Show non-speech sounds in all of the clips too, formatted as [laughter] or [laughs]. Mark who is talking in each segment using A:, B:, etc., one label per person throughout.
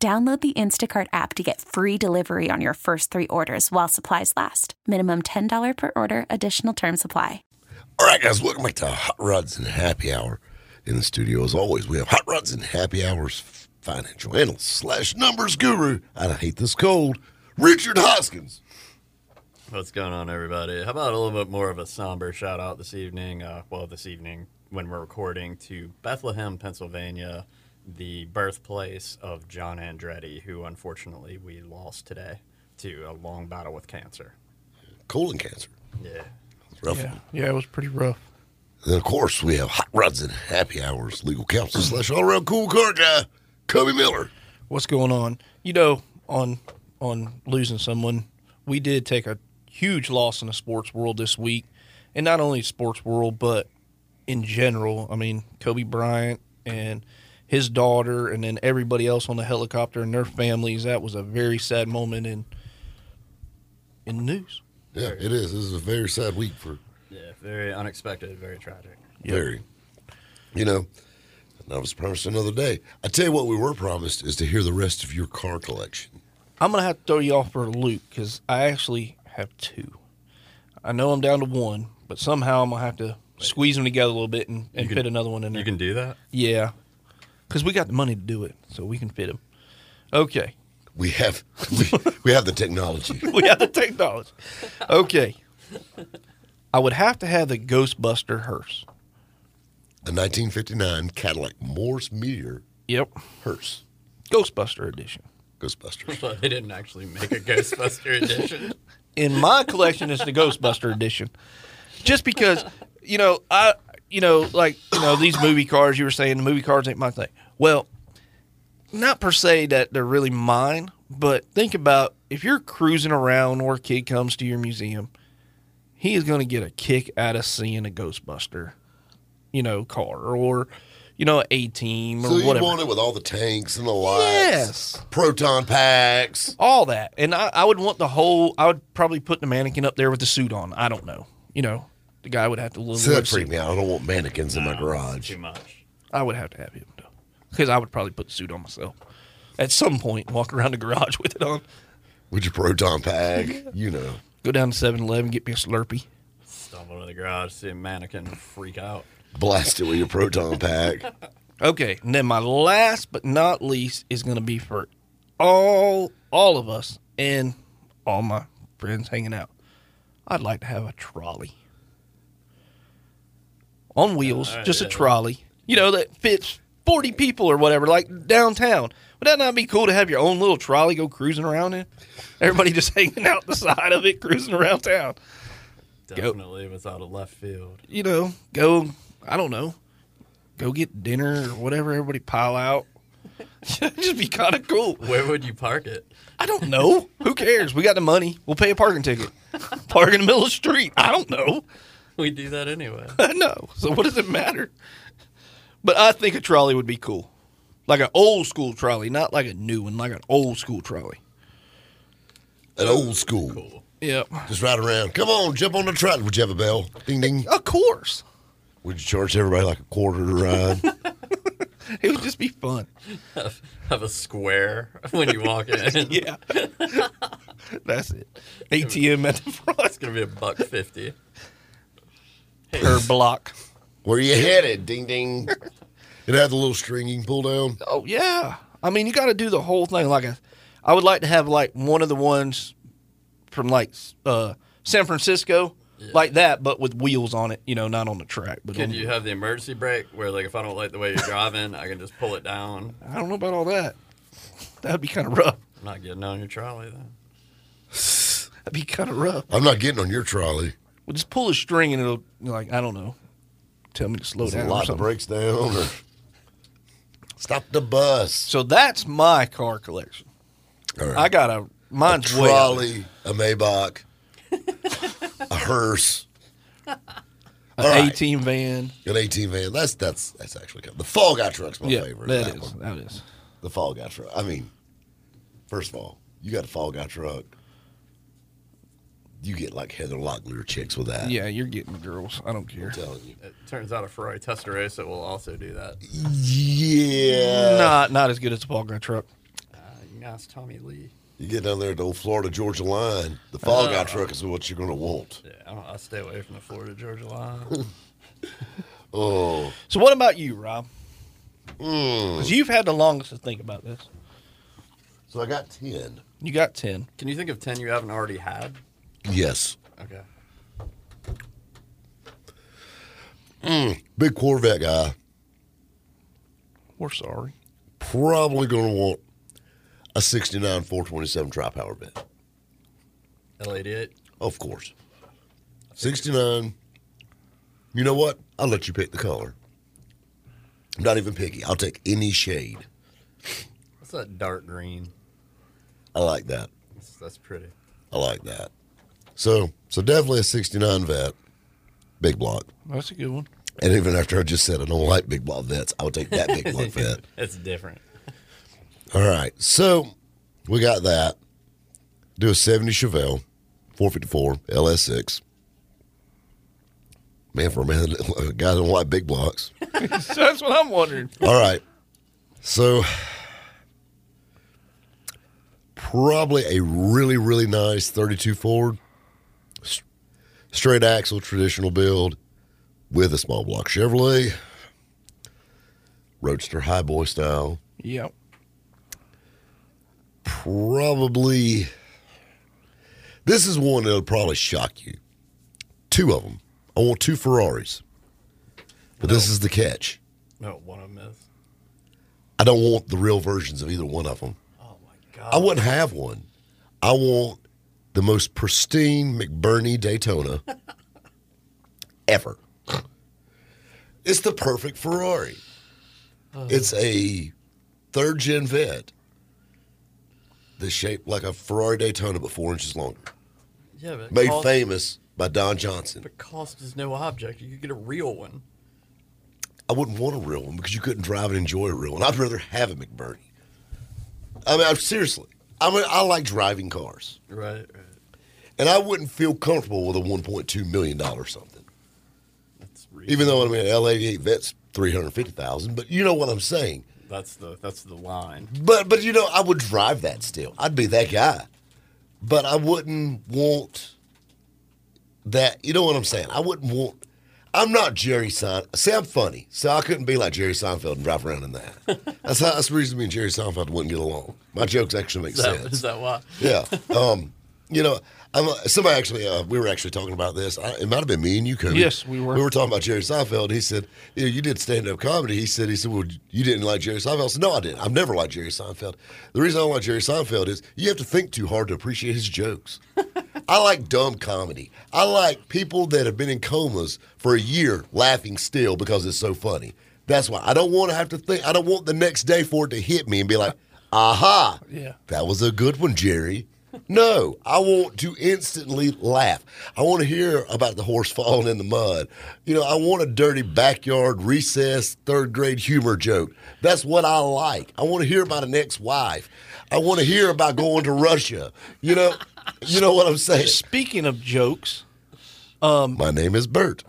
A: Download the Instacart app to get free delivery on your first three orders while supplies last. Minimum $10 per order, additional term supply.
B: All right, guys, welcome back to Hot Rods and Happy Hour. In the studio, as always, we have Hot Rods and Happy Hours financial analyst slash numbers guru. I hate this cold, Richard Hoskins.
C: What's going on, everybody? How about a little bit more of a somber shout out this evening? Uh, well, this evening when we're recording to Bethlehem, Pennsylvania, the birthplace of John Andretti, who unfortunately we lost today to a long battle with cancer.
B: Colon cancer.
C: Yeah.
B: It's rough.
D: Yeah, yeah, it was pretty rough.
B: And then, of course, we have Hot Rods and Happy Hours legal counsel slash all around cool car guy, Cubby Miller.
D: What's going on? You know, on on losing someone, we did take a huge loss in the sports world this week, and not only sports world, but in general. I mean, Kobe Bryant and his daughter, and then everybody else on the helicopter and their families. That was a very sad moment in in the news.
B: Yeah, it is. This is a very sad week for
C: Yeah. Very unexpected, very tragic.
B: Very. You know, and I was promised another day. I tell you what, we were promised is to hear the rest of your car collection.
D: I'm gonna have to throw you off for a loop because I actually have two. I know I'm down to one, but somehow I'm gonna have to squeeze them together a little bit and, and
C: can-
D: fit another one in there.
C: You can do that?
D: yeah, because we got the money to do it, so we can fit them. Okay, [laughs]
B: We have [laughs] we, we have the technology.
D: we have the technology. Okay, I would have to have the Ghostbuster hearse.
B: A 1959 Cadillac Morse Meteor
D: Yep,
B: hearse.
D: Ghostbuster edition.
B: Ghostbusters.
C: [laughs] But they didn't actually make a [laughs] Ghostbuster edition.
D: in my collection is the Ghostbuster edition, just because you know I you know like you know these movie cars you were saying the movie cars ain't my thing. Well, not per se that they're really mine, but think about if you're cruising around or a kid comes to your museum, he is going to get a kick out of seeing a Ghostbuster, you know, car or you know a team or
B: So you
D: whatever.
B: want it with all the tanks and the lights,
D: Yes.
B: proton packs.
D: all that. And I, I would want the whole. I would probably put the mannequin up there with the suit on. I don't know. You know, the guy would have to live.
B: So that freaked me out. I don't want mannequins in my garage.
C: Too much.
D: I would have to have him though, because I would probably put the suit on myself at some point. Walk around the garage [laughs] with it on.
B: With your proton pack, you know.
D: Go down to 7-Eleven, get me a Slurpee.
C: Stumble to the garage, see a mannequin, freak out.
B: Blast it with your proton
D: [laughs]
B: pack.
D: Okay, and then my last but not least is going to be for all all of us and all my friends hanging out. I'd like to have a trolley on wheels,
C: Alright,
D: just a
C: yeah.
D: trolley, you know, that fits forty people or whatever, like downtown. Would that not be cool to have your own little trolley go cruising around in? Everybody just [laughs] hanging out the side of it, cruising around town.
C: Definitely was out of left field.
D: You know, go. I don't know. Go get dinner or whatever. Everybody pile out. [laughs] just be kind of cool.
C: Where would you park it?
D: I don't know. Who cares? We got the money. We'll pay a parking ticket. Park in the middle of the street. I don't know. [laughs]
C: We do that anyway. [laughs]
D: I know. So what does it matter? But I think a trolley would be cool. Like an old school trolley, not like a new one, like an old school trolley.
B: An old school.
D: Yep.
B: Just ride around. Come on, jump on the trolley. Would you have a bell? Ding ding.
D: Of course.
B: Would you charge everybody like a quarter to ride?
D: [laughs] It would just be fun.
C: Have, have a square when you walk [laughs] in.
D: Yeah. [laughs] That's it. ATM at the
C: It's
D: front.
C: gonna be a buck fifty.
D: Per block.
B: Where you headed? Ding ding. It had the little string you can pull down.
D: Oh yeah. I mean, you got to do the whole thing. Like, a, I would like to have like one of the ones from like uh, San Francisco, like that, but with wheels on it. You know, not on the track. But
C: Could
D: on-
C: you have the emergency brake where, like, if I don't like the way you're driving, I can just pull it down?
D: I don't know about all that. That'd be kind of rough.
C: I'm not getting on your trolley then.
D: That'd be kind of rough.
B: I'm not getting on your trolley.
D: We'll just pull a string and it'll like I don't know. Tell me to slow
B: There's a
D: down. Or
B: lot that
D: something.
B: breaks down. Or stop the bus.
D: So that's my car collection.
B: All right.
D: I got a mine's way out there.
B: trolley, a Maybach, [laughs] a hearse,
D: an
B: All right.
D: 18 van.
B: an ATV. van. That's that's that's actually kind of, the Fall Guy truck's my
D: yeah,
B: favorite.
D: that is.
B: one.
D: That is.
B: the Fall Guy truck. I mean, first of all, you got a Fall Guy truck. You get like Heather Locklear chicks with that.
D: Yeah, you're getting girls. I don't care.
B: I'm telling you.
C: It turns out a Ferrari Testarossa will also do that.
B: Yeah.
D: not not as good as the Paul Grant truck.
C: Now it's Tommy Lee.
B: You get down there at the old Florida Georgia line. The Fall
D: Uh-huh.
B: Guy
C: Uh.
B: truck is what you're gonna want.
C: Yeah, I, don't, I stay away from the Florida Georgia line. [laughs]
B: Oh,
D: So what about you, Rob? Because you've had the longest to think about this.
B: so I got ten.
D: You got ten.
C: Can you think of ten you haven't already had?
B: Yes.
C: Okay.
B: Big Corvette guy.
D: We're sorry.
B: probably going to want a 69 427 dry power bed.
C: L eighty eight.
B: Of course. 69. You know what? I'll let you pick the color. I'm not even picky. I'll take any shade.
C: What's that dark green?
B: I like that.
C: That's, that's pretty.
B: I like that. So, so definitely a 69 vet, big block.
D: That's a good one.
B: And even after I just said I don't like big block vets, I would take that big
C: [laughs]
B: block vet.
C: It's different.
B: All right. So we got that. Do a 70 Chevelle, 454, LS6. Man, for a man, [laughs] a guy don't like big blocks.
D: so [laughs] that's what I'm wondering.
B: All right. So probably a really, really nice 32 Ford, S- straight axle, traditional build with a small block Chevrolet, Roadster High Boy style.
D: Yeah.
B: probably this is one that'll probably shock you. Two of them. I want two Ferraris. But this is the catch.
C: No, one of them is.
B: I don't want the real versions of either one of them.
C: Oh my god.
B: I wouldn't have one. I want the most pristine McBurney Daytona [laughs] ever. It's the perfect Ferrari. It's a third gen vet that's shaped like a Ferrari Daytona, but four inches longer.
C: Yeah, but
B: Made
C: cost,
B: famous by Don Johnson.
C: but cost is no object. You could get a real one.
B: I wouldn't want a real one because you couldn't drive and enjoy a real one. I'd rather have a McBurney. I mean, I'm, seriously, I mean, I like driving cars.
C: Right, right.
B: And I wouldn't feel comfortable with a one point two million dollar something.
C: That's real.
B: Even though I mean L eighty eight vet's three hundred fifty thousand, but you know what I'm saying.
C: that's the that's the line.
B: But but you know, I would drive that still. I'd be that guy. But I wouldn't want that you know what I'm saying? I wouldn't want I'm not Jerry Seinfeld. See, I'm funny, so I couldn't be like Jerry Seinfeld and drive around in that. That's how that's the reason me and Jerry Seinfeld wouldn't get along. My jokes actually make
C: Is that,
B: sense.
C: [laughs] is that why?
B: Yeah. Um, you know, I'm uh, somebody actually. Uh, we were actually talking about this. I, it might have been me and you, Cody.
D: Yes, we were.
B: We were talking about Jerry Seinfeld. He said, "You, know, you did stand up comedy." He said, "He said, well, you didn't like Jerry Seinfeld." I said, "No, I didn't. I've never liked Jerry Seinfeld. The reason I don't like Jerry Seinfeld is you have to think too hard to appreciate his
D: [laughs]
B: jokes." I like dumb comedy. I like people that have been in comas for a year laughing still because it's so funny. That's why I don't want to have to think. I don't want the next day for it to hit me and be
D: [laughs]
B: like, "Aha!"
D: Yeah.
B: That was a good one, Jerry. No, I want to instantly laugh. I want to hear about the horse falling in the mud. You know, I want a dirty backyard recess third grade humor joke. That's what I like. I want to hear about an ex-wife. I want to hear about going to Russia. You know, you know what I'm saying.
D: Speaking of jokes, [laughs]
B: My name is Bert.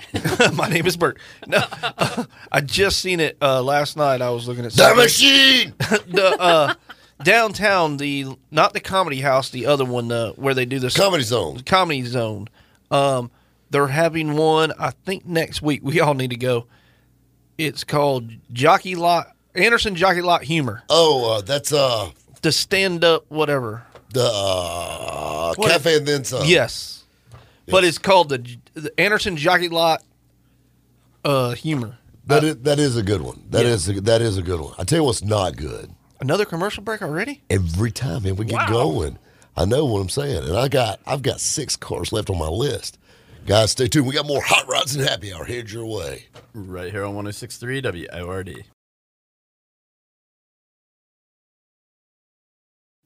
D: my name is Bert. No, [laughs] I just seen it uh, last night. I was looking at
B: The
D: something.
B: machine.
D: the uh, downtown, the not the comedy house, the other one uh, where they do this
B: Comedy Zone.
D: comedy zone. Um, they're having one, I think next week. We all need to go. It's called Jockey Lot Anderson Jockey Lot Humor.
B: Oh, uh, that's uh
D: The stand up whatever.
B: the uh,
D: What?
B: cafe and then some.
D: Yes. But it's called the, the Anderson Jockey Lot uh, Humor.
B: That is, that is a good one. That
D: Yeah.
B: is a, that is a good one. I tell you what's not good.
D: Another commercial break already?
B: Every time and we get going. I know what I'm saying. And I got I've got six cars left on my list. Guys, stay tuned. We got more hot rods and happy hour headed your way.
C: Right here on 1063 WORD.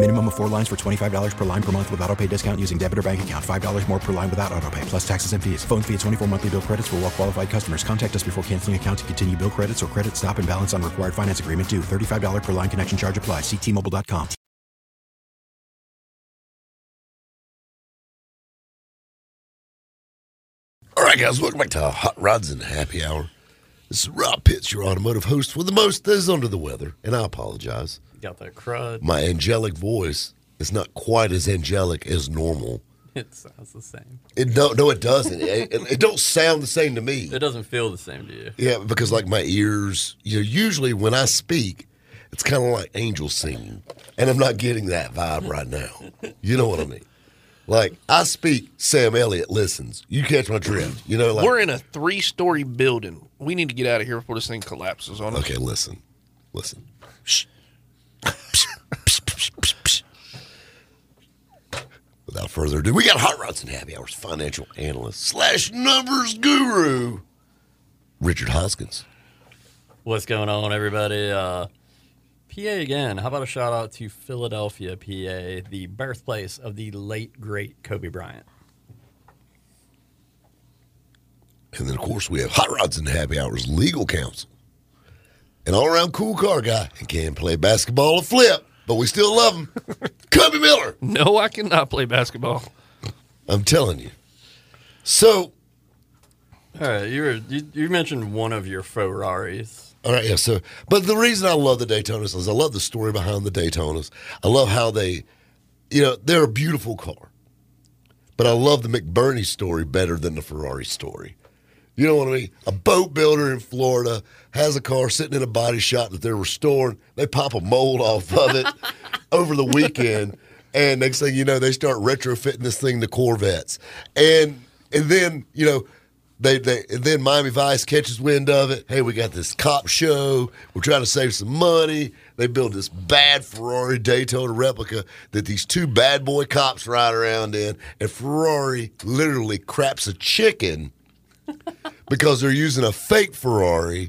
E: Minimum of four lines for $25 per line per month with auto pay discount using debit or bank account. $5 more per line without auto pay, plus taxes and fees. Phone fee at 24 monthly bill credits for all well qualified customers. Contact us before canceling account to continue bill credits or credit stop and balance on required finance agreement due. $35 per line connection charge applies. Ctmobile.com.
B: All right, guys, welcome back to Hot Rods and Happy Hour. This is Rob Pitts, your automotive host with the most that is under the weather, and I apologize.
C: Got that crud.
B: My angelic voice is not quite as angelic as normal.
C: It sounds the same.
B: It no, no, it doesn't. it, it, it don't sound the same to me.
C: It doesn't feel the same to you.
B: Yeah, because like my ears, you know, usually when I speak, it's kind of like angel singing, and I'm not getting that
D: [laughs]
B: vibe right now. You know what I mean? Like I speak, Sam Elliott listens. You catch my drift? You know, like
D: We're in a three story building. We need to get out of here before this thing collapses on us.
B: Okay, listen, listen. Without further ado, we got Hot Rods and Happy Hours financial analyst slash numbers guru, Richard Hoskins.
C: What's going on, everybody? Uh, PA again. How about a shout out to Philadelphia, PA, the birthplace of the late great Kobe Bryant.
B: And then, of course, we have Hot Rods and Happy Hours legal counsel, an all around cool car guy, and can play basketball or flip, but we still love him. Cubby Miller.
D: No, I cannot play basketball.
B: I'm telling you. So,
C: All right, you were you, you mentioned one of your Ferraris.
B: all right, yeah. So, but the reason I love the Daytonas is I love the story behind the Daytonas. I love how they, you know, they're a beautiful car. But I love the McBurney story better than the Ferrari story. You know what I mean? A boat builder in Florida has a car sitting in a body shop that they're restoring. They pop a mold off of it over the weekend, and next thing you know, they start retrofitting this thing to Corvettes, and and then you know. They, they, and then Miami Vice catches wind of it. Hey, we got this cop show. We're trying to save some money. They build this bad Ferrari Daytona replica that these two bad boy cops ride around in, and Ferrari literally craps a chicken [laughs] because they're using a fake Ferrari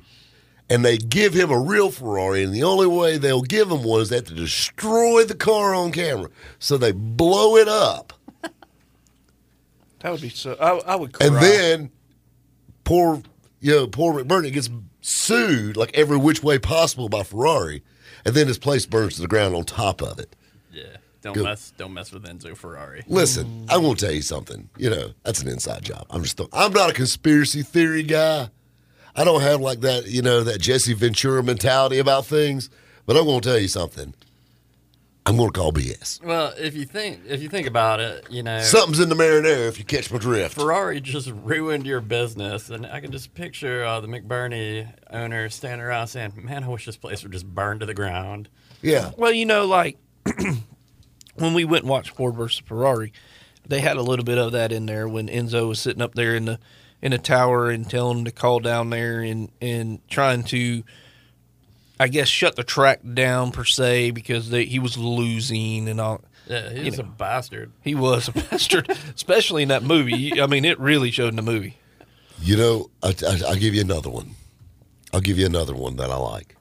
B: and they give him a real Ferrari. And the only way they'll give him one is they have to destroy the car on camera. So they blow it up.
D: That would be so. I, I would cry.
B: And then poor, you know, poor McBurney gets sued like every which way possible by Ferrari. And then his place burns to the ground on top of it.
C: Yeah, don't
B: Good.
C: mess don't mess with Enzo Ferrari.
B: Listen, I will tell you something. You know, that's an inside job. I'm just, I'm not a conspiracy theory guy. I don't have like that, you know, that Jesse Ventura mentality about things. But I'm going to tell you something. I'm going to call BS.
C: Well, if you think if you think about it, you know
B: Something's in the marinara if you catch my drift.
C: Ferrari just ruined your business, and I can just picture uh, the McBurney owner standing around saying, "Man, I wish this place would just burn to the ground."
B: Yeah.
D: Well, you know, like [clears throat] when we went and watched Ford versus Ferrari, they had a little bit of that in there when Enzo was sitting up there in the in the tower and telling him to call down there and and trying to, I guess, shut the track down per se because they, he was losing and all.
C: Yeah, he's a bastard.
D: He was a [laughs] bastard, especially in that movie. You- I mean, it really showed in the movie.
B: You know, I, I, I'll give you another one. I'll give you another one that I like.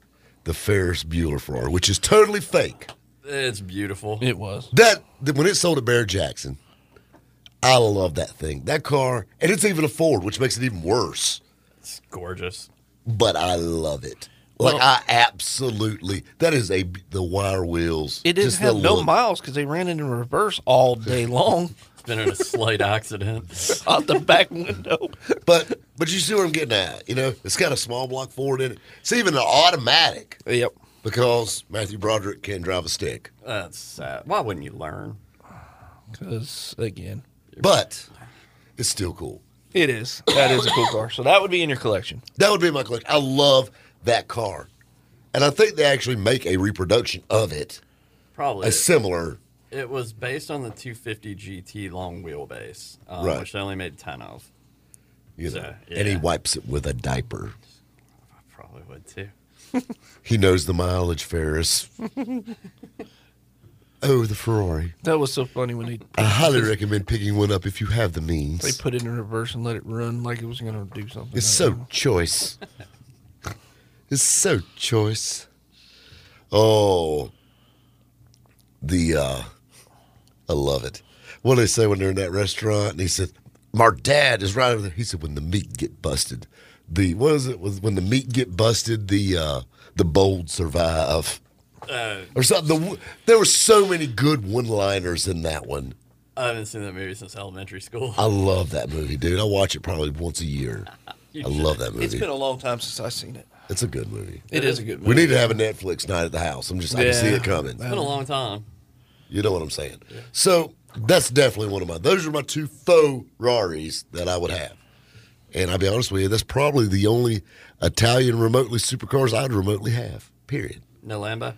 B: The Ferris Bueller Ferrari, which is totally fake.
C: It's beautiful.
D: It was.
B: That that- when it sold at Bear Jackson, I love that thing. That car, and it's even a Ford, which makes it even worse.
C: It's gorgeous.
B: But I love it. Like I absolutely. That is a the wire wheels.
D: It didn't
B: just the
D: have no
B: look.
D: miles because they ran it in reverse all day long [laughs]
B: [laughs]
C: It's been in a slight accident.
D: out the back window.
B: But But you see where I'm getting at. You know, it's got a small block forward in it. It's even an automatic
D: Yep.
B: because Matthew Broderick can drive a stick.
C: That's sad. Why wouldn't you learn?
D: Because again,
B: But it's still cool.
D: it is that is a cool car. So that would be in your collection.
B: That would be my collection. I love that car. And I think they actually make a reproduction of it,
C: Probably.
B: a similar.
C: It was based on the 250 GT long wheelbase, um,
B: Right.
C: which they only made 10 of.
B: You know,
C: So,
B: And he
C: yeah.
B: wipes it with a diaper.
C: I probably would too.
B: He knows the mileage, Ferris. oh, the Ferrari.
D: That was so funny when they
B: I highly recommend picking one up if you have the
D: they
B: means.
D: put it in reverse and let it run like it was going to do something.
B: It's
D: I
B: so
D: don't
B: choice.
D: [laughs]
B: It's so choice. Oh, the uh, I love it. What do they say when they're in that restaurant? And he said, "My dad is right over there." He said, "When the meat get busted, the what is it? Was when the meat get busted, the uh, the bold survive."
D: Oh.
B: or something. The, there were so many good one-liners in that one.
C: I haven't seen that movie since elementary school. [laughs]
B: I love that movie, dude. I watch it probably once a
D: [laughs]
B: year. I love that
D: know.
B: movie.
D: It's been a long time since I've seen it.
B: It's a good movie.
D: It is a good movie.
B: We need to have a Netflix night at the house. I'm just I can see
D: Yeah.
B: it coming.
C: It's been a long time.
B: You know what I'm saying? So that's definitely one of my. Those are my two faux Raris that I would have. And I'll be honest with you, that's probably the only Italian remotely supercars I'd remotely have. Period.
C: No Lambo?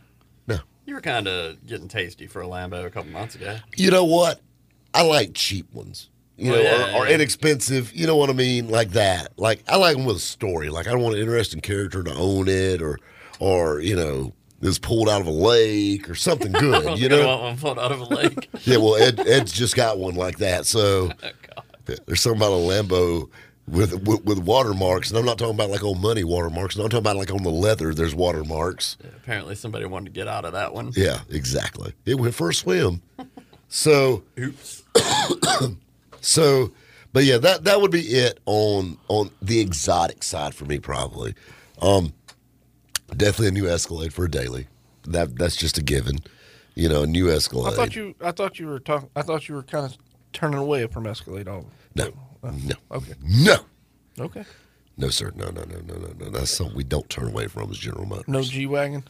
B: No.
C: You were kind of getting tasty for a Lambo a couple months ago.
B: You know what? I like cheap ones. You know,
C: Well, Oh, yeah,
B: or, or
C: yeah.
B: inexpensive. You know what I mean? Like that. Like I like them with a story. Like I want an interesting character to own it, or, or you know, it was pulled out of a lake or
C: [laughs]
B: something good. you
C: You know,
B: know?
C: want one pulled out of a lake. [laughs]
B: Yeah. Well, Ed, Ed's just got one like that. So
C: Oh,
B: there's something about a Lambo with, with with watermarks, and I'm not talking about like old money watermarks. No, I'm talking about like on the leather. There's watermarks.
C: Apparently, somebody wanted to get out of that [laughs] one.
B: Yeah, exactly. It went for a swim. So
C: Oops.
B: So, but yeah, that that would be it on on the exotic side for me probably. Um, definitely a new Escalade for a daily. That that's just a given. You know, a new
D: I
B: Escalade.
D: thought you I thought you were talking. I thought you were kind of turning away from Escalade. All
B: no, no,
D: Oh, okay,
B: no,
D: okay.
B: no, sir, no, no, no, no, no, no. That's something we don't turn away from as General Motors.
D: No G wagon.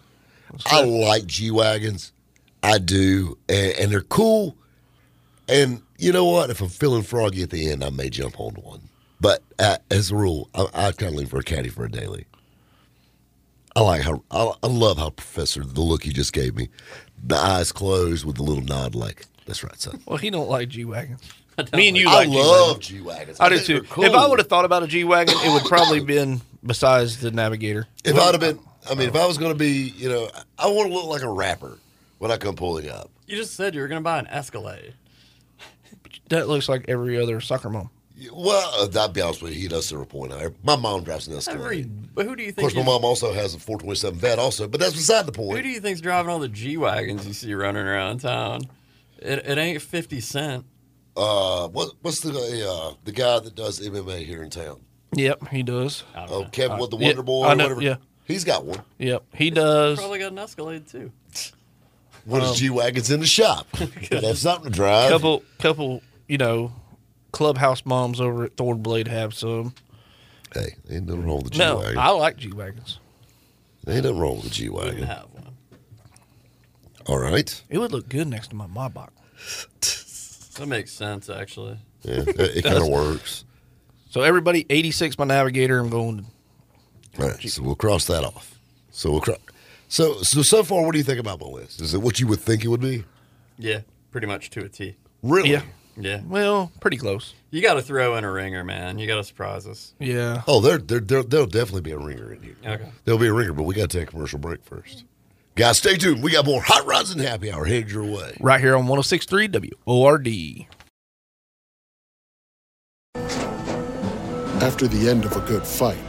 B: I like G wagons. I do, and, and they're cool. And you know what? If I'm feeling froggy at the end, I may jump on one. But uh, as a rule, I, I kind of lean for a caddy for a daily. I like how I, I love how Professor the look he just gave me, the eyes closed with a little nod, like that's right, son.
D: Well, he don't like G wagons. Me and you
B: I
D: like
B: love G wagons.
D: I do too. If I would have thought about a G wagon, it would probably been besides the Navigator.
B: If I'd have been,
D: Oh.
B: I mean, if I was going to be, you know, I want to look like a rapper when I come pulling up.
C: You just said you were going to buy an Escalade.
D: That looks like every other soccer mom.
B: Well, uh, I'll be honest with you, he does serve a point out here. My mom drives an Escalade.
C: Every, but who do you
B: Of
C: think?
B: course, my
C: is-
B: mom also has a 427 vet, also, but that's beside the
C: Who
B: point.
C: do you think's driving all the G wagons you see running around town? It, it ain't Fifty Cent.
B: uh, what, what's the uh, the guy that does MMA here in town?
D: Yep, he does.
B: Oh, Kevin with the
D: Uh, yeah,
B: Wonder Boy,
D: I
B: or
D: know,
B: whatever.
D: yeah.
B: He's got one.
D: Yep, he does.
C: Probably got an Escalade too.
B: One of his G Wagons in the
D: [laughs]
B: shop. He'd have something to drive.
D: Um, Couple, couple, you know, clubhouse moms over at Thornblade have some.
B: Hey, ain't nothing wrong with the G
D: No,
B: Wagon.
D: I like G wagons.
B: Ain't nothing wrong with the G
C: Didn't
B: Wagon.
C: have one.
B: All right.
D: It would look good next to my Maybach.
C: That makes sense actually.
B: Yeah, it,
D: [laughs]
B: kind of works.
D: So everybody, eighty-six my Navigator. I'm going.
B: All right, so we'll cross that off. So we'll cross. So, so, so far, what do you think about my list? Is it what you would think it would be?
C: Yeah, pretty much to a T.
B: Really?
D: Yeah.
C: Yeah,
D: Well, pretty close.
C: you got to throw in a ringer, man. You got to surprise us.
D: Yeah.
B: Oh, there, there, there, there'll definitely be a ringer in here.
C: Okay.
B: There'll be a ringer, but we got to take a commercial break first. Guys, stay tuned. We got more Hot Rods and Happy Hour headed your way.
D: Right here on 106.3 WORD.
F: After the end of a good fight,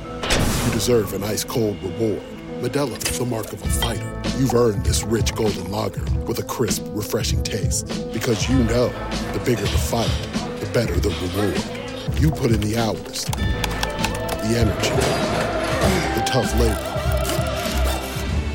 F: you deserve an ice cold reward. Medella is the mark of a fighter. You've earned this rich golden lager with a crisp, refreshing taste. Because you know the bigger the fight, the better the reward. You put in the hours, the energy, the tough labor.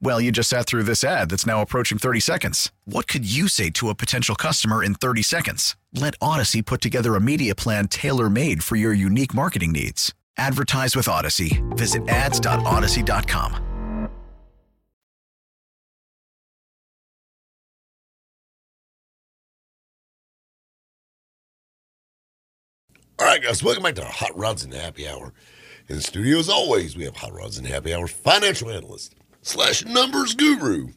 G: Well, you just sat through this ad that's now approaching 30 seconds. What could you say to a potential customer in 30 seconds? Let Odyssey put together a media plan tailor made for your unique marketing needs. Advertise with Odyssey. Visit ads.odyssey.com.
B: All right, guys, welcome back to Hot Rods and Happy Hour. In the studio, as always, we have Hot Rods and Happy Hours financial analyst slash numbers guru,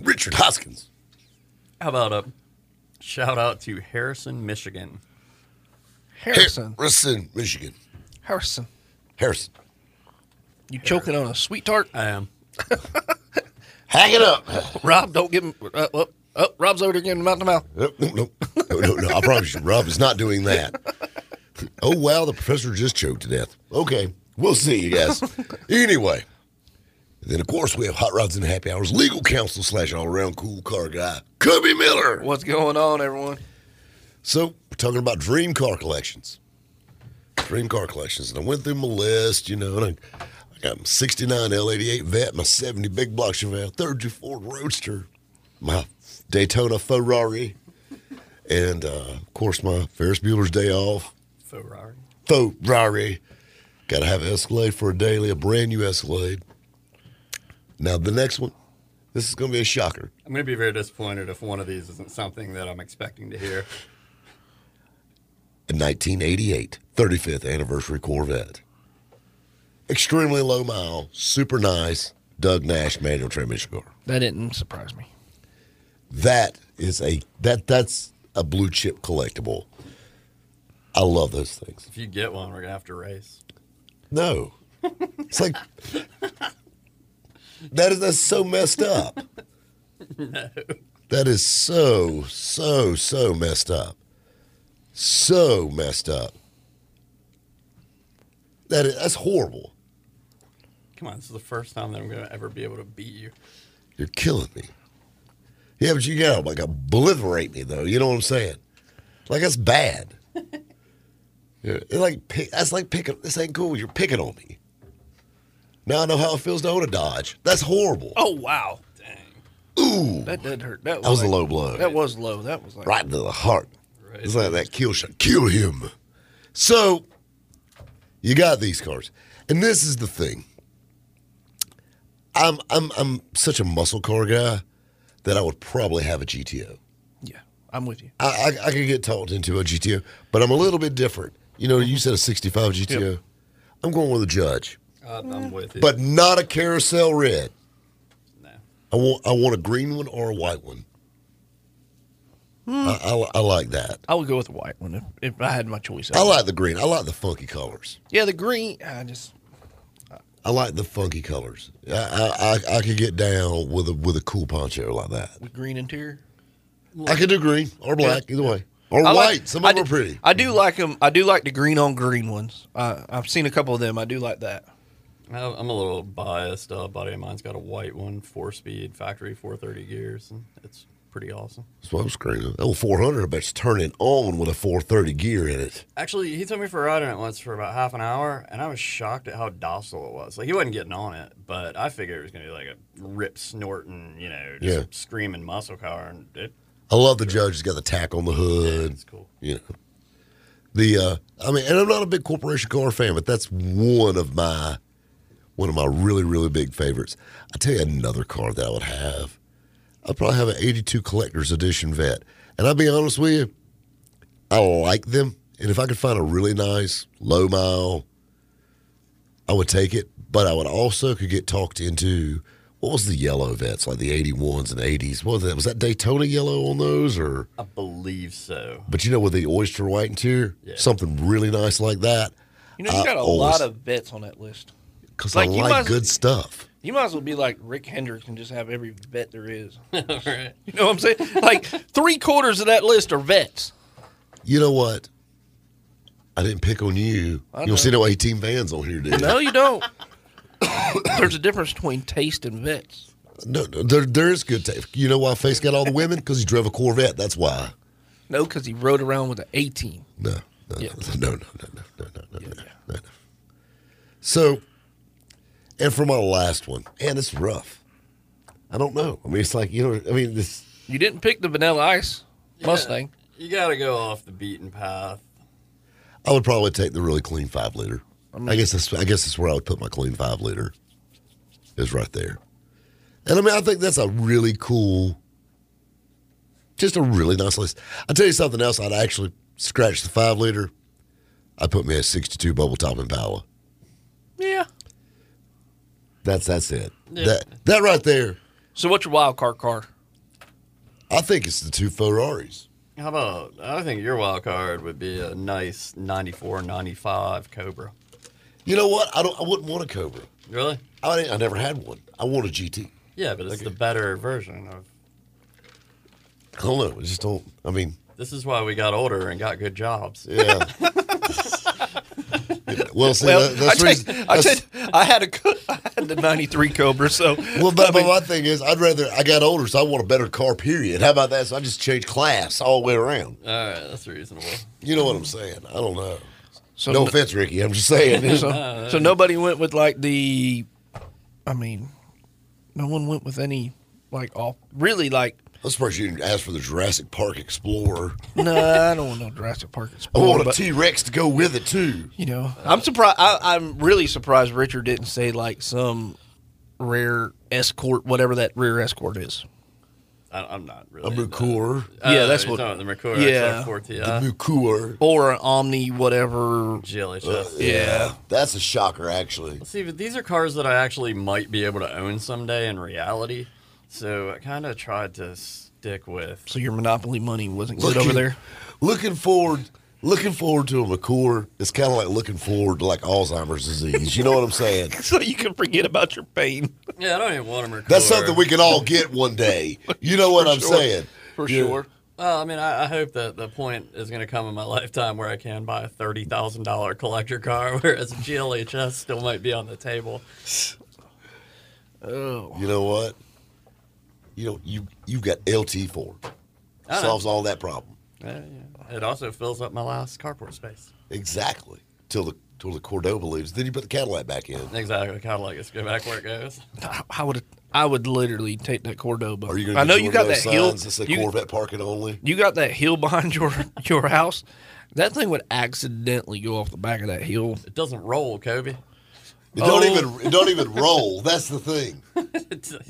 B: Richard Hoskins.
C: How about a shout out to Harrison, Michigan?
D: Harrison.
B: Harrison, Michigan.
D: Harrison.
B: Harrison.
D: You choking on a sweet tart?
C: I am.
B: Hack it up.
D: Rob, don't give him. Uh, well, oh, Rob's over there getting mouth to mouth.
B: Nope, nope, nope. No, no, no. I promise you, Rob is not doing that. Oh, wow. The professor just choked to death. Okay. We'll see you guys. Anyway. And then, of course, we have Hot Rods and Happy Hours legal counsel slash all around cool car guy, Cubby Miller.
D: What's going on, everyone?
B: So, we're talking about dream car collections. Dream car collections. And I went through my list, you know, and I, I got my 69 L88 Vet, my 70 Big Block Chevelle, 32 Ford Roadster, my Daytona Ferrari, and, uh, of course, my Ferris Bueller's Day Off,
C: Ferrari.
B: Ferrari. Got to have an Escalade for a daily, a brand new Escalade. Now, the next one, this is going to be a shocker.
C: I'm going to be very disappointed if one of these isn't something that I'm expecting to hear.
B: A 1988 35th anniversary Corvette. Extremely low mile, super nice, Doug Nash manual transmission car.
D: That didn't surprise me.
B: That is a that that's a blue chip collectible. I love those things.
C: If you get one, we're going to have to race.
B: No. It's like that is that's so messed up. That is so, so, so messed up. So messed up. That is that's horrible.
C: Come on, this is the first time that I'm going to ever be able to beat you.
B: You're killing me. Yeah, but you gotta like obliterate me though. You know what I'm saying? Like that's bad. Yeah, it's like pick, that's like picking. This ain't cool. You're picking on me. Now I know how it feels to own a Dodge. That's horrible.
D: Oh wow,
C: Dang.
D: that did hurt. That was,
B: that was a
D: like-
B: low blow.
D: That was low. That was like
B: right into the heart.
C: Right.
B: It's like that kill shot. Kill him. So you got these cars, and this is the thing. I'm I'm I'm such a muscle car guy that I would probably have a GTO.
D: Yeah, I'm with you.
B: I, I, I could get talked into a GTO, but I'm a little bit different. You know, you said a 65 GTO. I'm going with a Judge,
C: Uh, I'm with you.
B: but not a carousel red.
C: no.
B: I want I want a green one or a white one.
D: Hmm.
B: I, I, I like that.
D: I would go with the white one if, if I had my choice.
B: I like the green. I like the funky colors.
D: Yeah, the green. I just
B: I like the funky colors. I I, I, I could get down with a with a cool poncho like that.
D: with green interior.
B: I could do green or black either way or
D: I
B: white.
D: like-
B: Some
D: I
B: of them
D: do-
B: are pretty.
D: I do like them. I do like the green on green ones. I, I've seen a couple of them. I do like that.
C: I- I'm a little biased. Uh, a buddy of mine's got a white one, four speed, factory 430 gears, and it's pretty awesome.
B: That's what I'm screaming. That old 400, I bet it's turning on with a 430 gear in it.
C: Actually, he took me for a ride on it once for about half an hour, and I was shocked at how docile it was. Like, he wasn't getting on it, but I figured it was going to be like a rip snorting, you know, just
B: Yeah.
C: screaming muscle car, and it,
B: I love the judge. He's got the tack on the hood.
C: it's cool.
B: you know the uh i mean and i'm not a big corporation car fan but that's one of my one of my really really big favorites i tell you another car that i would have i'd probably have an 82 collector's edition vet and i'll be honest with you i like them and if i could find a really nice low mile i would take it but i would also could get talked into what was the yellow vets like the 81s and 80s what was that was that daytona yellow on those or
C: I believe so.
B: but you know, with the oyster white interior,
C: Yeah.
B: something really nice like that.
D: You know, you
B: I
D: got a
B: always-
D: lot of vets on that list.
B: Because
D: like,
B: I
D: you
B: like
D: must-
B: good stuff.
D: You might as well be like Rick Hendricks and just have every vet there is.
C: All [laughs] right.
D: You know what I'm saying? like three quarters of that list are vets.
B: You know what? I didn't pick on you. You don't see no 18 vans on here, dude.
D: [coughs] No, you don't. There's a difference between taste and vets.
B: No, no there, there is good tape. You know why Face got all the women? Because he drove a Corvette. That's why.
D: No, because he rode around with an 18.
B: No, no, no, no, no, no, no, no, no, no, no, no. So, and for my last one, and it's rough. I don't know. I mean, it's like you know. I mean, this.
D: You didn't pick the Vanilla Ice
C: Yeah,
D: Mustang.
C: You got to go off the beaten path.
B: I would probably take the really clean five liter. I,
C: mean-
B: guess that's I guess that's where I would put my clean five liter. Is right there, and I mean I think that's a really cool, just a really nice list. I will tell you something else. I'd actually scratch the five liter. I put me a sixty-two bubble top Impala.
D: Yeah.
B: That's that's it.
D: Yeah.
B: That that right there.
D: So what's your wild card car?
B: I think it's the two Ferraris.
C: How about? I think your wild card would be a nice 94, 95 Cobra.
B: You know what? I don't. I wouldn't want a Cobra.
C: Really?
B: I didn't- I never had one. I want a GT.
C: Yeah, but it's the better version of.
B: I don't know. I just don't. I mean,
C: This is why we got older and got good jobs.
D: [laughs]
B: yeah. well, see,
D: well,
B: that, that's
D: I,
B: reason.
D: take- I,
B: that's-
D: take- I had a co- I had the '93 Cobra, so
B: [laughs] well, but, but my thing is, I'd rather I got older, so I want a better car. Period. How about that? So I just changed class all the way around.
C: All right, that's reasonable.
B: You know what I'm saying? I don't know.
D: So
B: no
D: no-
B: offense, Ricky. I'm just saying. [laughs]
D: so, so nobody went with like the, I mean, no one went with any like off really like.
B: I'm surprised you didn't ask for the Jurassic Park Explorer.
D: No, I don't want no Jurassic Park.
B: [laughs] I
D: Explorer,
B: want a
D: Oh, but,
B: T Rex to go with it too.
D: You know, I'm surprised. I, I'm really surprised Richard didn't say like some rare escort, whatever that rare escort is.
C: I, I'm not really.
B: A
C: into-
B: Mercur.
C: Uh,
D: Yeah, that's
C: you're
D: what-
C: talking about the Mercur.
D: yeah.
C: Yeah,
B: The
C: XR4
B: Mercur.
D: Or an Omni, whatever.
C: Ti GLHS.
D: Yeah.
B: That's a shocker, actually.
C: See, but these are cars that I actually might be able to own someday in reality. So I kind of tried to stick with.
D: So your Monopoly money wasn't good over there.
B: Looking forward, looking forward to a McCour. It's kind of like looking forward to like Alzheimer's disease. You know what I'm
D: [laughs]
B: saying?
D: So you can forget about your pain.
C: Yeah, I don't even want a Mercur.
B: That's something we can all get one
D: [laughs]
B: day. You know what I'm
D: sure.
B: saying?
D: For
B: Yeah.
D: sure.
C: Well, I mean, I, I hope that the point is going to come in my lifetime where I can buy a thirty thousand dollar collector car, [laughs] whereas a GLHS still might be on the table.
D: Oh.
B: You know what? You know you you've got LT four
D: Uh-huh.
C: know.
B: solves all that problem
C: Yeah, yeah. It also fills up my last carport space.
B: exactly till the till the Cordoba leaves. Then you put the Cadillac back in.
C: Exactly, kind of like it's go back where it goes.
D: I, I would I would literally take that Cordoba.
B: Are you going?
D: I know you got that hill.
B: That say
D: you,
B: Corvette parking only.
D: you got that hill behind [laughs] your your house. That thing would accidentally go off the back of that hill.
C: It doesn't roll, Kobe. [laughs]
B: It don't
D: Oh.
B: even it don't
D: [laughs]
B: even roll. That's the thing.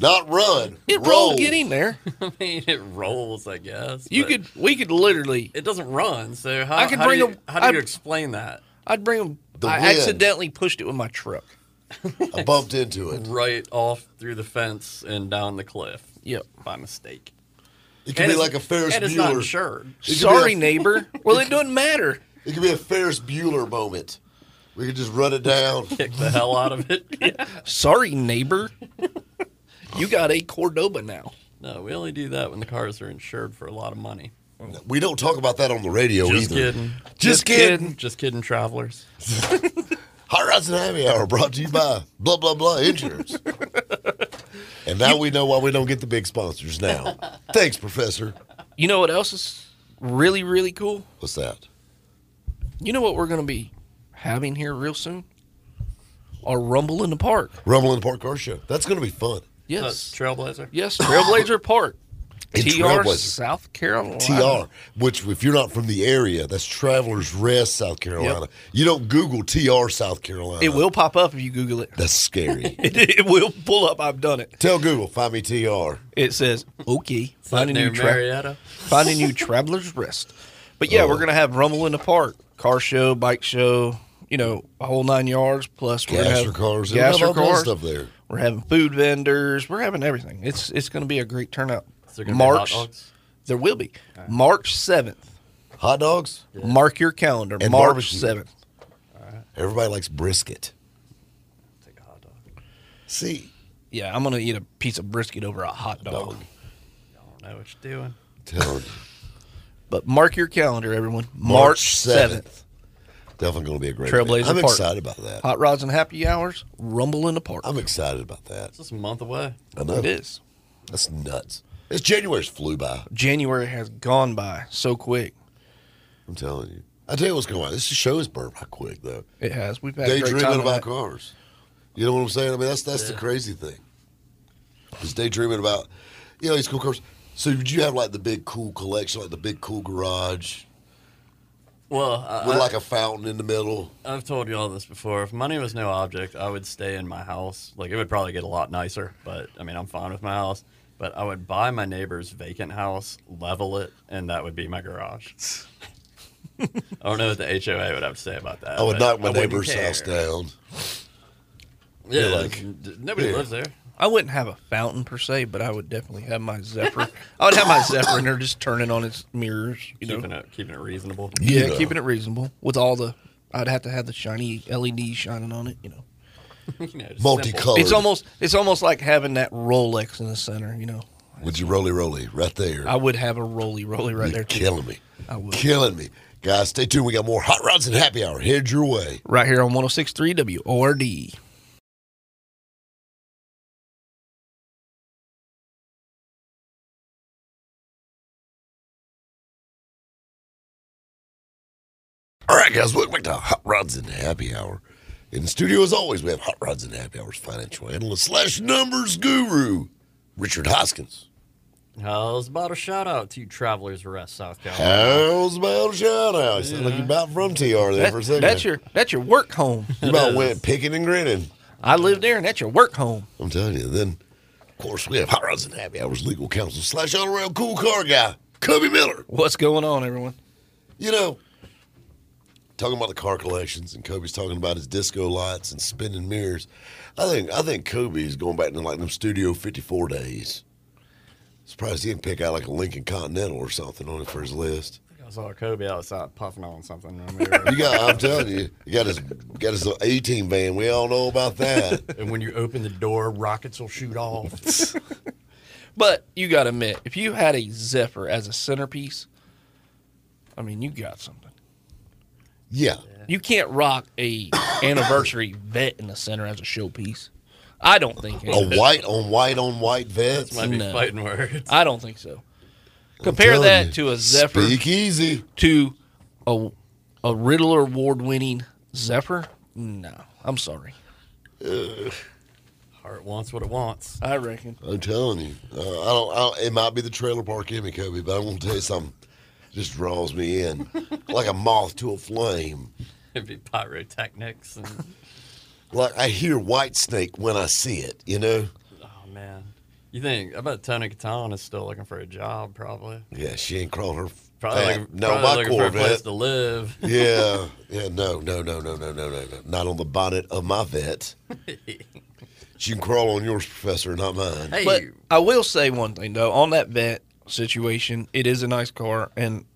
B: Not run.
D: It
B: roll.
D: rolled getting there.
C: I mean, it rolls, I guess.
D: You
C: but
D: could we could literally
C: It doesn't run, so how,
D: I could
C: how
D: bring
C: do you,
D: a-
C: how do you
D: I-
C: explain that?
D: I'd bring
B: The
D: them. I
B: wind.
D: accidentally pushed it with my truck.
B: I bumped into it.
C: Right off through the fence and down the cliff.
D: Yep.
C: by mistake.
B: It could
C: And
B: be
C: it's-
B: like a Ferris
C: and it's not
B: Bueller.
C: insured.
B: It could be
D: Sorry,
B: a- [laughs]
D: neighbor. Well, it doesn't matter.
B: It could be a Ferris Bueller moment. We could just run it
C: [laughs]
B: down.
C: Kick the hell out of
D: [laughs]
C: it.
D: Sorry, neighbor. You got a Cordoba now.
C: No, we only do that when the cars are insured for a lot of money.
B: We don't talk about that on the radio
C: Just
B: either.
C: kidding.
B: Just, kidding.
C: Just kidding, travelers.
B: Hot Rods and Happy Hour brought to you by blah blah blah
C: [laughs]
B: insurance. and now we know why we don't get the big sponsors now. Thanks, Professor.
D: You know what else is really really cool?
B: What's that?
D: You know what we're going to be having here real soon? A rumble in the park.
B: Rumble in the Park Car Show. That's going to be fun.
C: Uh,
D: Yes.
C: trailblazer.
D: yes, Trailblazer Park.
B: In
D: TR
B: Trailblazer.
D: South Carolina.
B: TR, which if you're not from the area, that's Travelers Rest, South Carolina.
D: Yep.
B: You don't Google TR South Carolina.
D: It will pop up if you Google it. [laughs]
B: That's
C: [laughs]
B: scary.
D: It, it will pull up. I've done it.
B: Tell Google, find me TR.
D: It says, okay, find a,
C: Near
D: new tra-
C: Marietta.
D: find a new traveler's rest. But yeah,
B: Oh.
D: we're going to have Rumble in the Park. Car show, bike show, you know, a whole nine yards. Plus, we're going to
B: Gas
D: have
B: cars. It'll
D: gas
B: have all kinds of
D: cars.
B: stuff there.
D: We're having food vendors. We're having everything. It's it's going to be a great turnout.
C: Is there gonna be hot
D: March,
C: dogs?
D: there will be March seventh.
B: Hot dogs.
D: Mark your calendar.
B: And
D: March
B: barbecue.
D: seventh.
B: Everybody likes brisket.
C: Take a hot dog.
B: See,
D: Yeah, I'm gonna eat a piece of brisket over a hot dog.
C: I don't know what you're doing.
B: telling you.
D: But mark your calendar, everyone.
B: March
D: March
B: 7th.
D: seventh.
B: Definitely going to be a great
D: Trailblazer
B: event. I'm
D: Park.
B: excited about that.
D: Hot rods and happy hours. Rumble in the park.
B: I'm excited about that.
C: It's just a month away.
B: I know.
D: It is.
B: That's nuts. It's January's flew by.
D: January has gone by so quick.
B: I'm telling you. I tell you what's going on. This show is burned by quick though.
D: It has. We've had a great time
B: Daydreaming
D: on
B: about
D: that.
B: cars. You know what I'm saying? I mean, that's that's the crazy thing. Is daydreaming about, you know, these cool cars. So would you have like the big cool collection, like the big cool garage
C: Well, I,
B: with
C: I-
B: like a fountain in the middle?
C: I've told you all this before. If money was no object, I would stay in my house. Like it would probably get a lot nicer, but I mean, I'm fine with my house. But I would buy my neighbor's vacant house, level it, and that would be my garage.
B: [laughs]
C: I don't know what the HOA would have to say about that.
B: I would
C: but
B: knock my
C: wouldn't
B: neighbor's
C: care.
B: house down.
C: Yeah,
B: Yeah, like-
C: n- d- nobody
B: yeah.
C: lives there.
D: I wouldn't have a fountain per se, but I would definitely have my Zephyr. I would have my Zephyr in there just turning on its mirrors, you know.
C: Keeping it, keeping it [laughs] reasonable.
D: yeah,
B: Yeah.
D: keeping it reasonable with all the. I'd have to have the shiny LED shining on it, you know.
C: You know, just simple.
B: Multicolored.
D: It's almost it's almost like having that Rolex in the center, you know.
B: Would you roly roly right there?
D: I would have a roly roly right
B: You're
D: there too.
B: killing me.
D: I would.
B: Killing me. Guys, stay tuned. We got more Hot Rods and Happy Hour headed your way.
D: Right here on 1063 WORD.
B: All right, guys, welcome back to Hot Rods and Happy Hour. In the studio, as always, we have Hot Rods and Happy Hours financial analyst slash numbers guru, Richard Hoskins.
C: How's about a shout out to Travelers Rest South Carolina?
B: How's about a shout out? You sound like you're about from TR there for a second.
D: that's your that's your work home.
B: You about went picking and grinning.
D: I live there, and that's your work home.
B: I'm telling you. Then, of course, we have Hot Rods and Happy Hours legal counsel slash all around cool car guy, Cubby Miller.
D: What's going on, everyone?
B: You know, talking about the car collections, and Kobe's talking about his disco lights and spinning mirrors. I think I think Kobe's going back to like them Studio Fifty Four days. Surprised he didn't pick out like a Lincoln Continental or something on it for his list.
C: I saw Kobe outside puffing on something. when we
B: [laughs]
C: were-
B: You got, I'm telling you, you got his got his little A team van. We all know about that.
C: and when you open the door, rockets will shoot off.
D: But you got to admit, if you had a Zephyr as a centerpiece, I mean, you got something.
B: Yeah,
D: You can't rock a [coughs] anniversary vet in the center as a showpiece. I don't think.
B: a white on white on white vet.
C: Might be
D: No.
C: fighting words.
D: I don't think so. Compare that to a Zephyr
B: Speak easy.
D: to a a Riddler award winning Zephyr. No, I'm sorry.
C: Heart wants what it wants. [laughs]
D: I reckon.
B: I'm telling you, uh, I, don't, I don't. It might be the trailer park in me, Kobe, but I'm gonna tell you something. Just draws me in like a moth to a flame.
C: It'd be pyrotechnics. And,
B: Like I hear white snake when I see it. You know?
C: oh man, you think? I bet Tony Katon is still looking for a job, probably.
B: Yeah, she ain't crawling her.
C: Probably
B: fat.
C: looking,
B: no,
C: probably
B: my
C: looking for a place
B: Corvette.
C: to live.
B: [laughs] yeah, yeah, no, no, no, no, no, no, no, no. Not on the bonnet of my
C: [laughs]
B: vet. she can crawl on yours, Professor, not mine.
C: Hey,
D: But I will say one thing though, on that vet situation, it is a nice car, and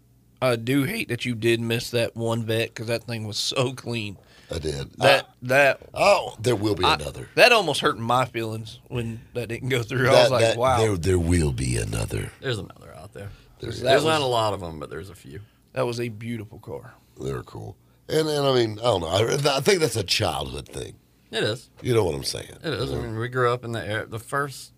D: I do hate that you did miss that one vet because that thing was so clean.
B: I did.
D: That
B: I-
D: that
B: oh, there will be
D: I-
B: another.
D: that almost hurt my feelings when that didn't go through. I was
B: That-
D: like,
B: that-
D: wow,
B: There, there will be another.
C: there's another out there.
B: There
C: There's,
B: is.
C: not a lot of them, but there's a few.
D: that was a beautiful car.
B: They're cool. And, and I mean, I don't know. I, I think that's a childhood thing.
C: It is.
B: You know what I'm saying?
C: It is. I mean, we grew up in the air. The first,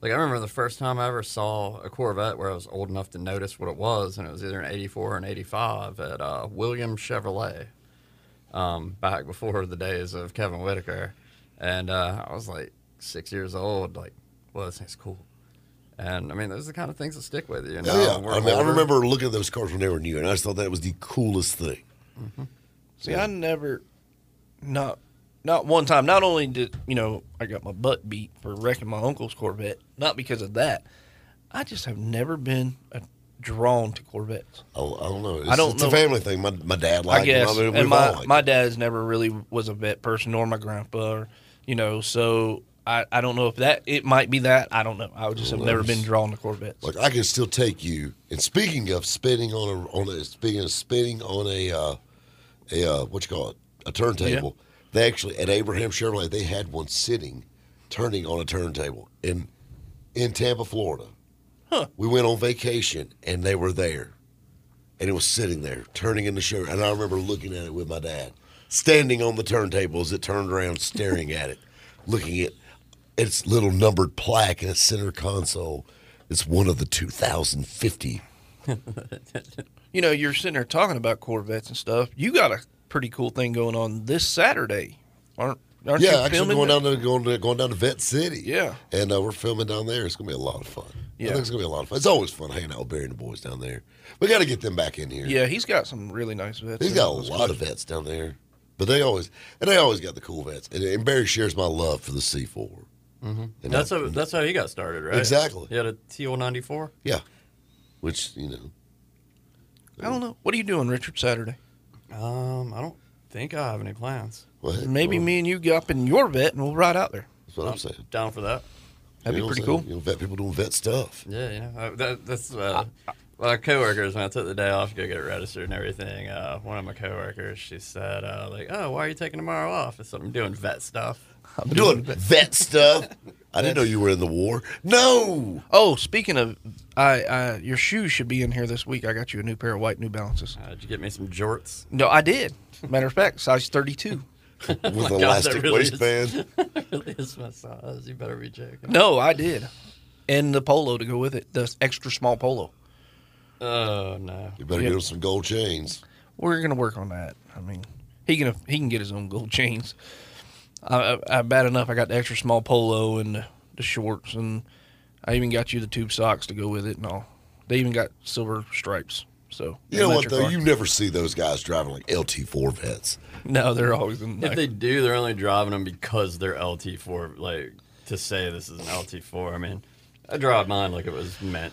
C: like, I remember the first time I ever saw a Corvette where I was old enough to notice what it was, and it was either an 84 or an 85 at uh, William Chevrolet um, back before the days of Kevin Whitaker. And uh, I was like six years old, like, well, this thing's cool. And I mean, those are the kind of things that stick with you. you know?
B: Oh, Yeah,
C: We're
B: I, mean, I
C: older.
B: remember looking at those cars when they were new, and I just thought that was the coolest thing.
D: See, I never, not not one time. Not only did you know I got my butt beat for wrecking my uncle's Corvette, not because of that. I just have never been uh, drawn to Corvettes.
B: I, I don't know. It's,
D: I don't
B: it's
D: know.
B: a family thing. My, my dad
D: I
B: liked them.
D: guess.
B: I mean,
D: and
B: we've all
D: my,
B: liked
D: my
B: them.
D: dad's never really was a vet person, nor my grandpa, or, you know, so I, I don't know if that, it might be that. I don't know. I would just have never been drawn to Corvettes.
B: Like I can still take you. And speaking of spinning on a on a speaking of spinning on a uh, a uh, what you call it a turntable, they actually at Abraham Chevrolet they had one sitting, turning on a turntable in in Tampa, Florida. Huh. We went on vacation and they were there, and it was sitting there, turning into sugar. And I remember looking at it with my dad, standing on the turntable as it turned around, staring at it, [laughs] looking at its little numbered plaque in its center console. It's one of the 2050.
D: you know, you're sitting there talking about Corvettes and stuff. You got a pretty cool thing going on this Saturday, aren't? aren't
B: yeah,
D: you
B: actually
D: filming
B: going
D: that?
B: down to going to going down to Vet City.
D: Yeah.
B: and uh, we're filming down there. It's gonna be a lot of fun. Yeah,
D: Yeah.
B: I think it's gonna be a lot of fun. It's always fun hanging out with Barry and the boys down there. We got to get them back in here.
D: Yeah, he's got some really nice vets.
B: He's
D: in
B: got
D: it.
B: a
D: That's
B: lot
D: good.
B: of vets down there, but they always and they always got the cool vets. And, and Barry shares my love for the C four. And
C: That's
B: I-
C: how that's how he got started, right?
B: Exactly.
C: He had a TL ninety four.
B: Yeah, which you know,
D: I don't know. What are you doing, Richard, Saturday?
C: Um, I don't think I have any plans.
B: what?
D: Maybe
B: well,
D: me and you get up in your vet and we'll ride out there.
B: That's what I'm saying.
C: Down for that?
D: That'd
B: You
D: be
B: know what
D: pretty
B: I'm saying?
D: cool.
B: You know, vet people doing vet stuff.
C: Yeah, you know, I, that, that's uh, my coworkers. When I took the day off to go get registered and everything, uh, one of my coworkers she said, uh, like, "Oh, why are you taking tomorrow off?" I said, "I'm doing vet stuff."
B: I'm doing vet
D: [laughs]
B: stuff. I didn't know you were in the war. No.
D: Oh, speaking of, I, I your shoes should be in here this week. I got you a new pair of white New Balances.
C: Uh, did you get me some jorts? [laughs]
D: No, I did. Matter of fact, size thirty-two. Oh
B: With
C: God, that
B: elastic
C: really is-
B: waistband.
C: really is my size. You better be joking.
D: No, I did, and the polo to go with it, the extra small polo.
C: Oh no.
B: You better give him some gold chains.
D: We're gonna work on that. I mean, he can he can get his own gold chains. I, I, I bad enough I got the extra small polo and the, the shorts, and I even got you the tube socks to go with it and all. They even got silver stripes. So
B: You know
D: they match
B: what
D: your
B: though?
D: car.
B: You never see those guys driving like LT four vets.
D: [laughs] no, they're always in.
C: If
D: Like,
C: they do, they're only driving them because they're LT4. Like to say this is an LT4. I mean, I drive mine like it was meant.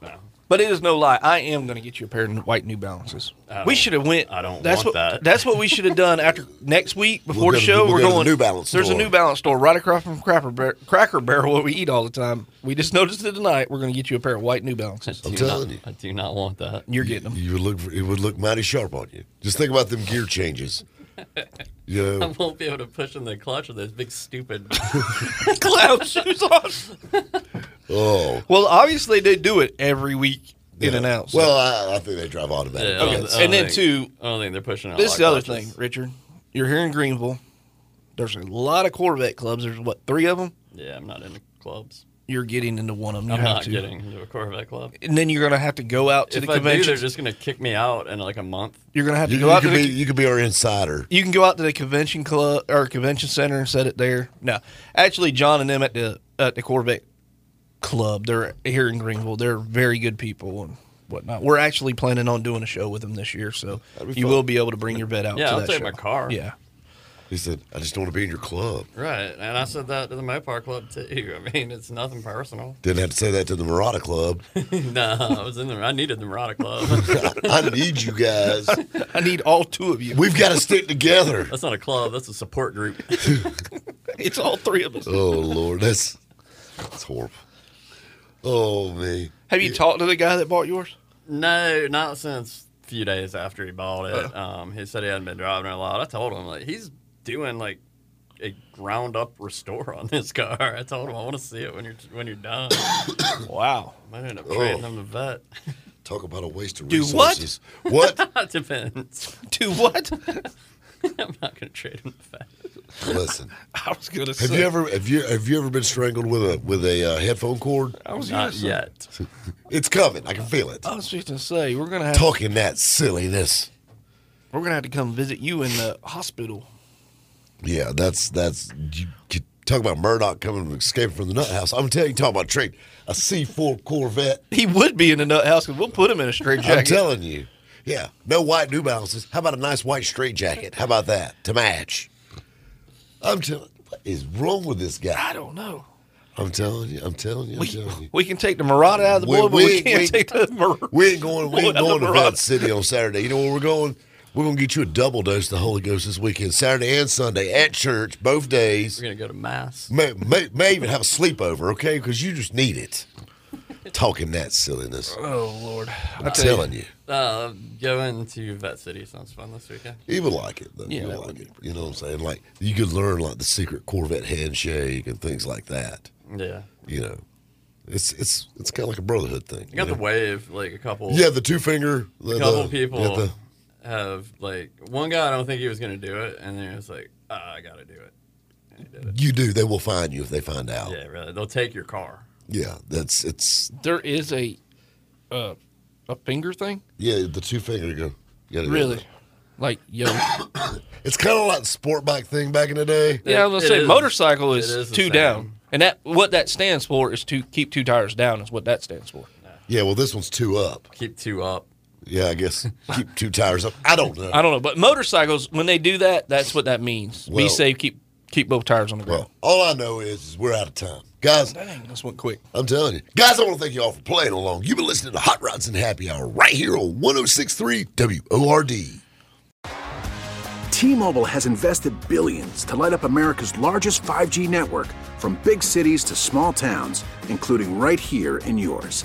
C: No,
D: But it is no lie. I am going to get you a pair of white New Balances.
C: I
D: We
C: don't-
D: should have went.
C: I don't
D: that's
C: want
D: what,
C: that.
D: That's what we should
C: [laughs]
D: have done after next week
B: go
D: before the
B: to-
D: show.
B: we'll
D: are
B: go to the
D: going
B: New Balance
D: There's
B: store.
D: a New Balance store right across from Cracker, Bar- Cracker Barrel where we eat all the time. We just noticed it tonight. We're going to get you a pair of white New Balances.
B: I'm
C: do
B: telling
C: not-
B: you.
C: I do not want that.
D: You're
B: [laughs]
D: getting them. [laughs]
B: You would look. It would look mighty sharp on you. Just think about them gear
D: [laughs]
B: changes. You
C: [laughs] I
B: know,
C: won't be able to push in the clutch with those big stupid.
D: Clown shoes on.
B: oh
D: Well, obviously they do it every week in
B: yeah.
D: and out. so- uh,
B: Well, I, I think they drive automatic.
C: Yeah, I don't-
D: Okay,
C: I don't
D: and then
C: think-
D: two-
C: I don't think they're pushing. out a
D: this
C: lot
D: is the other
C: of clutches.
D: thing, Richard. You're here in Greenville. There's a lot of Corvette clubs. There's what three of them.
C: Yeah, I'm not into clubs.
D: You're getting into one of them. You
C: I'm
D: have
C: not
D: to.
C: getting into a Corvette club.
D: And then you're gonna have to go out to
C: if
D: the
C: I do,
D: convention.
C: they're just gonna kick me out in like a month.
D: You're gonna have to
B: You,
D: go
B: you
D: out to
B: could
D: the,
B: be you could be our insider.
D: you can go out to the convention club or convention center and set it there. No, actually, John and them at the at the Corvette club, they're here in Greenville. They're very good people and whatnot. We're actually planning on doing a show with them this year, so
B: That'd be
D: you
B: fun.
D: will be able to bring your vet out.
C: Yeah,
D: to
C: I'll
D: that
C: take
D: show.
C: my car.
D: Yeah,
B: He said, "I just don't want to be in your club."
C: Right, and I said that to the Mopar Club too. [laughs] I mean, it's nothing personal. [laughs]
B: Didn't have to say that to the Murata Club. [laughs]
C: no, I was in the. I needed the Murata [laughs] Club.
B: I need you guys.
D: I need all two of you.
B: We've got to stick together.
C: That's not a club. That's a support group.
D: [laughs] it's all three of us.
B: Oh Lord, that's that's horrible. Oh me.
D: Have you talked to the guy that bought yours? [laughs]
C: No, not since a few days after he bought it. Um, he said he hadn't been driving it a lot. I told him like he's doing like a ground up restore on this car. I told him I want to see it when you're when you're done.
D: Wow.
C: Might end up trading
B: Oh.
C: him to vet. [laughs]
B: Talk about a waste of
D: Do what?
B: resources. What?
D: [laughs]
C: That depends. [laughs]
D: To [laughs] what?
C: I'm not gonna trade him to vet.
B: Listen,
D: I was gonna say.
B: have you ever have you have you ever been strangled with a with a uh, headphone cord?
D: I was gonna
C: Not
D: say-
C: yet.
B: It's coming. I can feel it.
D: I was just gonna say we're gonna have
B: Talking that silliness.
D: we're gonna have to come visit you in the hospital.
B: Yeah, that's that's. You could talk about Murdoch coming from escaping from the nut house. I'm telling you, talk about trade a C4 Corvette.
D: He would be in the nut house because we'll put him in a straight
B: I'm
D: jacket.
B: telling you. Yeah, no white New Balances. How about a nice white straight jacket? How about that to match? I'm telling. What is wrong with this
D: I
B: guy?
D: don't know.
B: I'm telling you. I'm telling you. I'm telling you.
D: We can take the Murata out of the
B: We-
D: boy, but we,
B: we-
D: can't
B: we- [laughs]
D: take the Murata.
B: We ain't going. We ain't
D: Boy,
B: going to
D: Eldorado.
B: Vet City on Saturday. You know where we're going? We're gonna get you a double dose of the Holy Ghost this weekend, Saturday and Sunday at church, both days.
C: We're gonna go to mass.
B: May, may, may even have a sleepover, okay? Because you just need it. Talking that silliness,
D: Oh Lord,
B: I'm telling you,
C: Uh, going to Vet City sounds fun this weekend.
B: you would like it. Though.
D: Yeah,
B: you
D: that
B: would
D: would
B: like it. You know what I'm saying? Like you could learn like the secret Corvette handshake and things like that.
C: Yeah.
B: You know, It's it's it's kind of like a brotherhood thing.
C: You got the wave, like a couple.
B: Yeah, the two finger. The,
C: a couple
B: the-
C: people
B: yeah, the-
C: have like one guy. I don't think he was gonna do it, and then he was like, ah, I gotta do it.
B: you do. They will find you if they find out.
C: Yeah, really. They'll take your car.
B: Yeah, that's it's.
D: There is a uh, a finger thing.
B: Yeah, the two finger go. you gotta do
D: Really?
B: that.
D: Like [laughs] yo,
B: It's kind of like the sport bike thing back in the day.
D: yeah. I was gonna say
C: is-
D: motorcycle is,
C: it is the
D: two
C: same.
D: down, and that what that stands for is to keep two tires down. Is what that stands for.
B: Yeah, well, this one's two up.
C: Keep two up.
B: Yeah, I guess keep two tires up. I don't know.
D: I don't know, but motorcycles when they do that, that's what that means.
B: Well-
D: Be safe. Keep keep both tires on the ground.
B: Well, all I know is, is we're out of time, guys.
D: Dang, this went quick.
B: I'm telling you. Guys, I want to thank you all for playing along. You've been listening to Hot Rods and Happy Hour right here on 1063 WORD.
G: T-Mobile has invested billions to light up America's largest 5G network from big cities to small towns, including right here in yours.